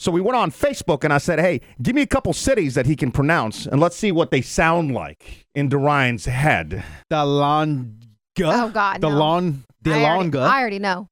So we went on Facebook and I said, hey, give me a couple cities that he can pronounce and let's see what they sound like in Derine's head. Delonga. Oh, God, no. Delon. I already- Delonga. I already know.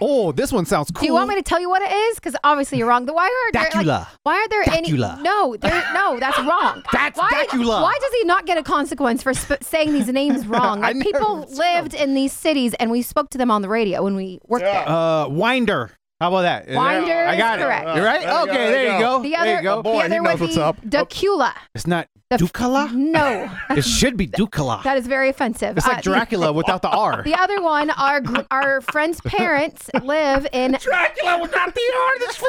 oh, this one sounds cool. Do you want me to tell you what it is? Because obviously you're wrong. The why are there like, Dacula. why are there Dacula. any? No, there no, that's wrong. That's why, Dacula. Why does he not get a consequence for sp- saying these names wrong? I Like never people said. lived in these cities, and we spoke to them on the radio when we worked there. uh, Winder. How about that? Uh, Is Winder there- I is got correct. it. You're right. Oh, There you okay, go, there you go. The there other, you go. the Boy, he other knows would what's be up. Oh. Dacula. It's not The- Dukala. No, It should be Dukala. that is very offensive. It's Uh, like the- Dracula without the R. The other one, our gr- our friend's parents live in Dracula was not the artist,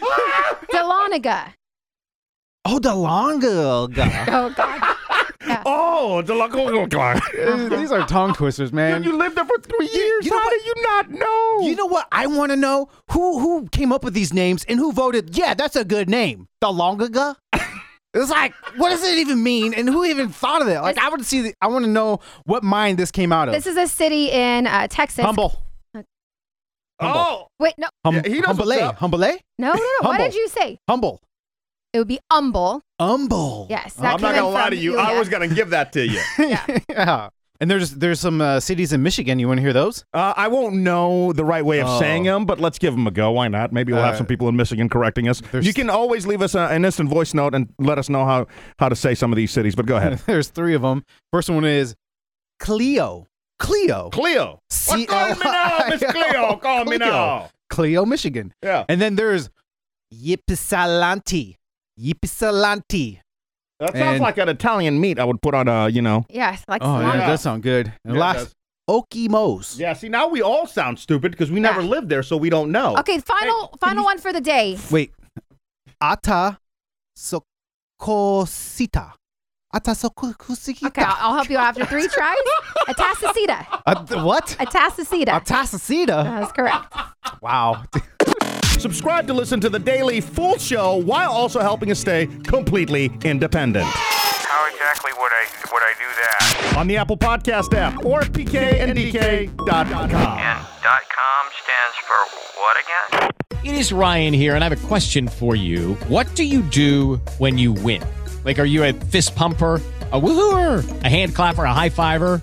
Ah! Wilson. Dahlonega. Oh, Delonga. Oh God! oh, the Delonga. These are tongue twisters, man. You lived there for three years. you know How what- do you not know? You know what? I want to know who who came up with these names and who voted. Yeah, that's a good name. The Longaga. It's like, what does it even mean? And who even thought of that? Like, I would see. The, I want to know what mind this came out of. This is a city in uh, Texas. humble. oh, Wait, no, Hum, Yeah, he knows humble. what's up. Humble. no, no, no. What Humble. did you say? Humble. It would be humble. Humble. Yes. that Oh, I'm not came in gonna lie from to you. Yulia. I was gonna give that to you. yeah. And there's there's some uh, cities in Michigan. You want to hear those? Uh, I won't know the right way of Oh. saying them, but let's give them a go. Why not? Maybe we'll have Uh, some people in Michigan correcting us. there's- You can always leave us a, an instant voice note and let us know how, how to say some of these cities, but go ahead. there's three of them. First one is Clio. Clio. Cleo. C- Well, L- Clio. Clio, Michigan. Yeah. And then there's Ypsilanti. Ypsilanti. That sounds And- like an Italian meat I would put on a, you know. Yes, like Oh, yeah, salami. Yeah. that does sound good. Yeah, And it last, does. Okemos. Yeah, see, now we all sound stupid because we never Yeah. lived there, so we don't know. Okay, final final one for the day. Wait, Ata Sokosita. Ata Sokosita. Okay, I'll, I'll help you out after three tries. Atascocita. At- Uh, what? Atascocita. Atasacita. That's correct. Wow. Subscribe to listen to the daily full show while also helping us stay completely independent How exactly would I would I do that? on the Apple Podcast app or pkndk.com. And dot com stands for what again? It is Ryan here, and I have a question for you. What do you do when you win? Like, are you a fist pumper? A woohooer, a hand clapper, a high fiver.